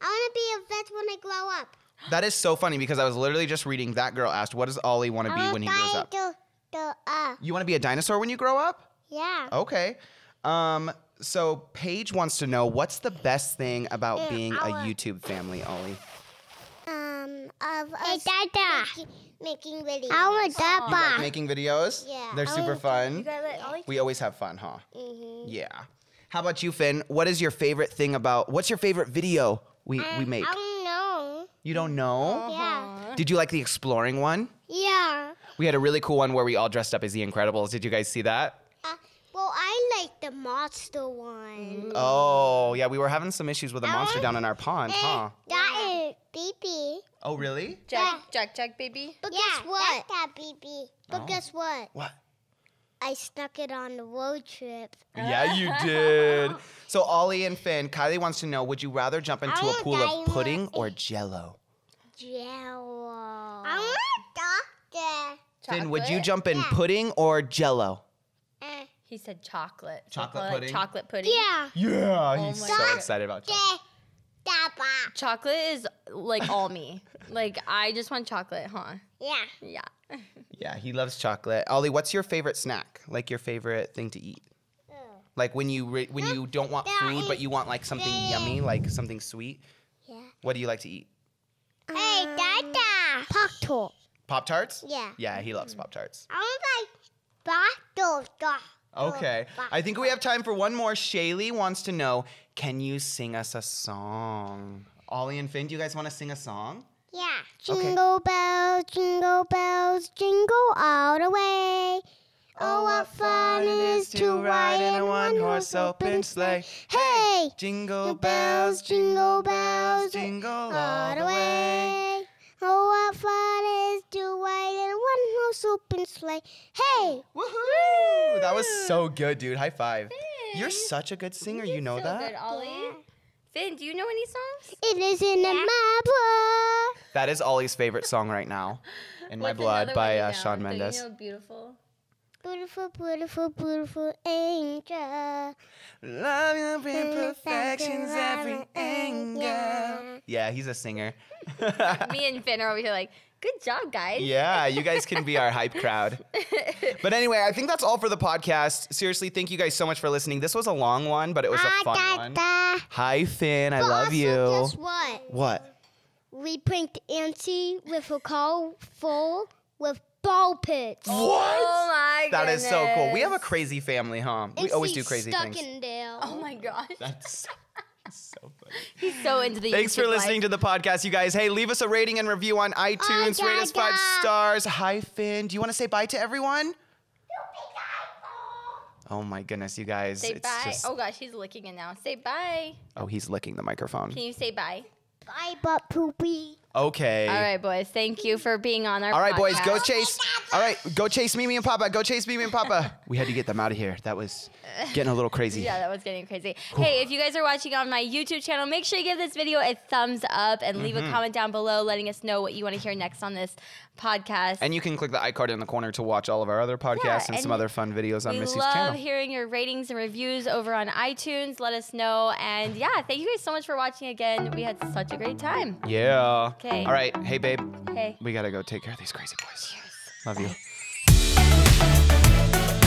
I want to be a vet when I grow up. That is so funny because I was literally just reading that girl asked, what does Ollie want to be I when he wanna grows buy up? The, the uh, You want to be a dinosaur when you grow up? yeah. Okay. Um, so Paige wants to know what's the best thing about being a YouTube family, Ollie? Oh. Um, of hey, us Dada. making videos. I want You like making videos? Yeah. They're I super fun. Ollie, We always have fun, huh? Mm. Mm-hmm. Yeah. How about you, Finn? What is your favorite thing about what's your favorite video we, we make? Um, I Uh-huh. don't know. You don't know? Yeah. Did you like the exploring one? Yeah. We had a really cool one where we all dressed up as the Incredibles. Did you guys see that? Uh, well, I like the monster one. Oh, yeah, we were having some issues with a monster down in our pond, huh? That is BB. Oh, really? Jack, Jack, Jack, baby. But guess what? That's that BB. But guess what? What? I stuck it on the road trip. Yeah, you did. So Ollie and Finn, Kylie wants to know: Would you rather jump into a I'm pool of dying. pudding or Jello? Jello. I want doctor. Finn, would you jump in pudding or Jello? Uh, He said chocolate. Chocolate Like pudding? Chocolate pudding. yeah. Yeah, he's my so Oh God. excited about Jello. The Daba. Chocolate is like all me. like I just want chocolate, huh? Yeah. Yeah. Yeah, he loves chocolate. Ollie, what's your favorite snack? Like your favorite thing to eat? Like when you re- when you don't want That food but is you want like something yummy, like something sweet. Yeah. What do you like to eat? Hey, Dada. Um, Pop Pop tarts? Yeah. Yeah, he loves pop tarts. I want like bottle Oh, Okay. I think we have time for one more. Shaylee wants to know, can you sing us a song? Ollie and Finn, do you guys want to sing a song? Yeah. Jingle bells, jingle bells, jingle all the way. Oh, what fun it is to ride in a one-horse open sleigh. Hey! Jingle Jingle bells, jingle bells, jingle all the way. Oh, what fun it is to ride in a one-horse open sleigh. Hey! Woohoo! That was so good, dude. High five. You're such a good singer. You know so that? good, Ollie. Finn, do you know any songs? It is in a my blood. That is Ollie's favorite song right now. In My What's Blood another by one you uh, know? Sean Don't you Mendes. know beautiful. Beautiful, beautiful, beautiful angel. Love your imperfections, every every angle. angle. Yeah, he's a singer. Me and Finn are over here like, good job, guys. Yeah, you guys can be our hype crowd. But anyway, I think that's all for the podcast. Seriously, thank you guys so much for listening. This was a long one, but it was Ah, a fun one. Hi, Finn. I love you. Guess what? What? We pranked Auntie with a call full with ball pits. Oh my god. That is so cool. We have a crazy family, huh? We always do crazy stuck things. In there. Oh my gosh. That's so funny. He's so into the Thanks for YouTube life. listening to the podcast, you guys. Hey, leave us a rating and review Oh, on iTunes. Rate us five Gaga. stars. Hi, Finn. Do you want to say bye to everyone? Oh my goodness, you guys. Say it's bye. just Oh oh. gosh, he's licking it now. Say bye. he's licking the microphone. Can you say bye? I butt poopy. Okay. All right, boys. Thank you for being on our All right, boys, go podcast. chase. All right, go chase Mimi and Papa. Go chase Mimi and Papa. We had to get them out of here. That was getting a little crazy. Yeah, that was getting crazy. Hey, if you guys are watching on my YouTube channel, make sure you give this video a thumbs up and leave Mm-hmm. a comment down below letting us know what you want to hear next on this podcast. And you can click the iCard in the corner to watch all of our other podcasts Yeah, and, some and other fun videos on we Missy's love channel. hearing your ratings and reviews over on iTunes. Let us know. And yeah, thank you guys so much for watching again. We had such a great time. yeah. 'Kay. All right. Hey, babe. Hey. We got to go take care of these crazy boys. Love you.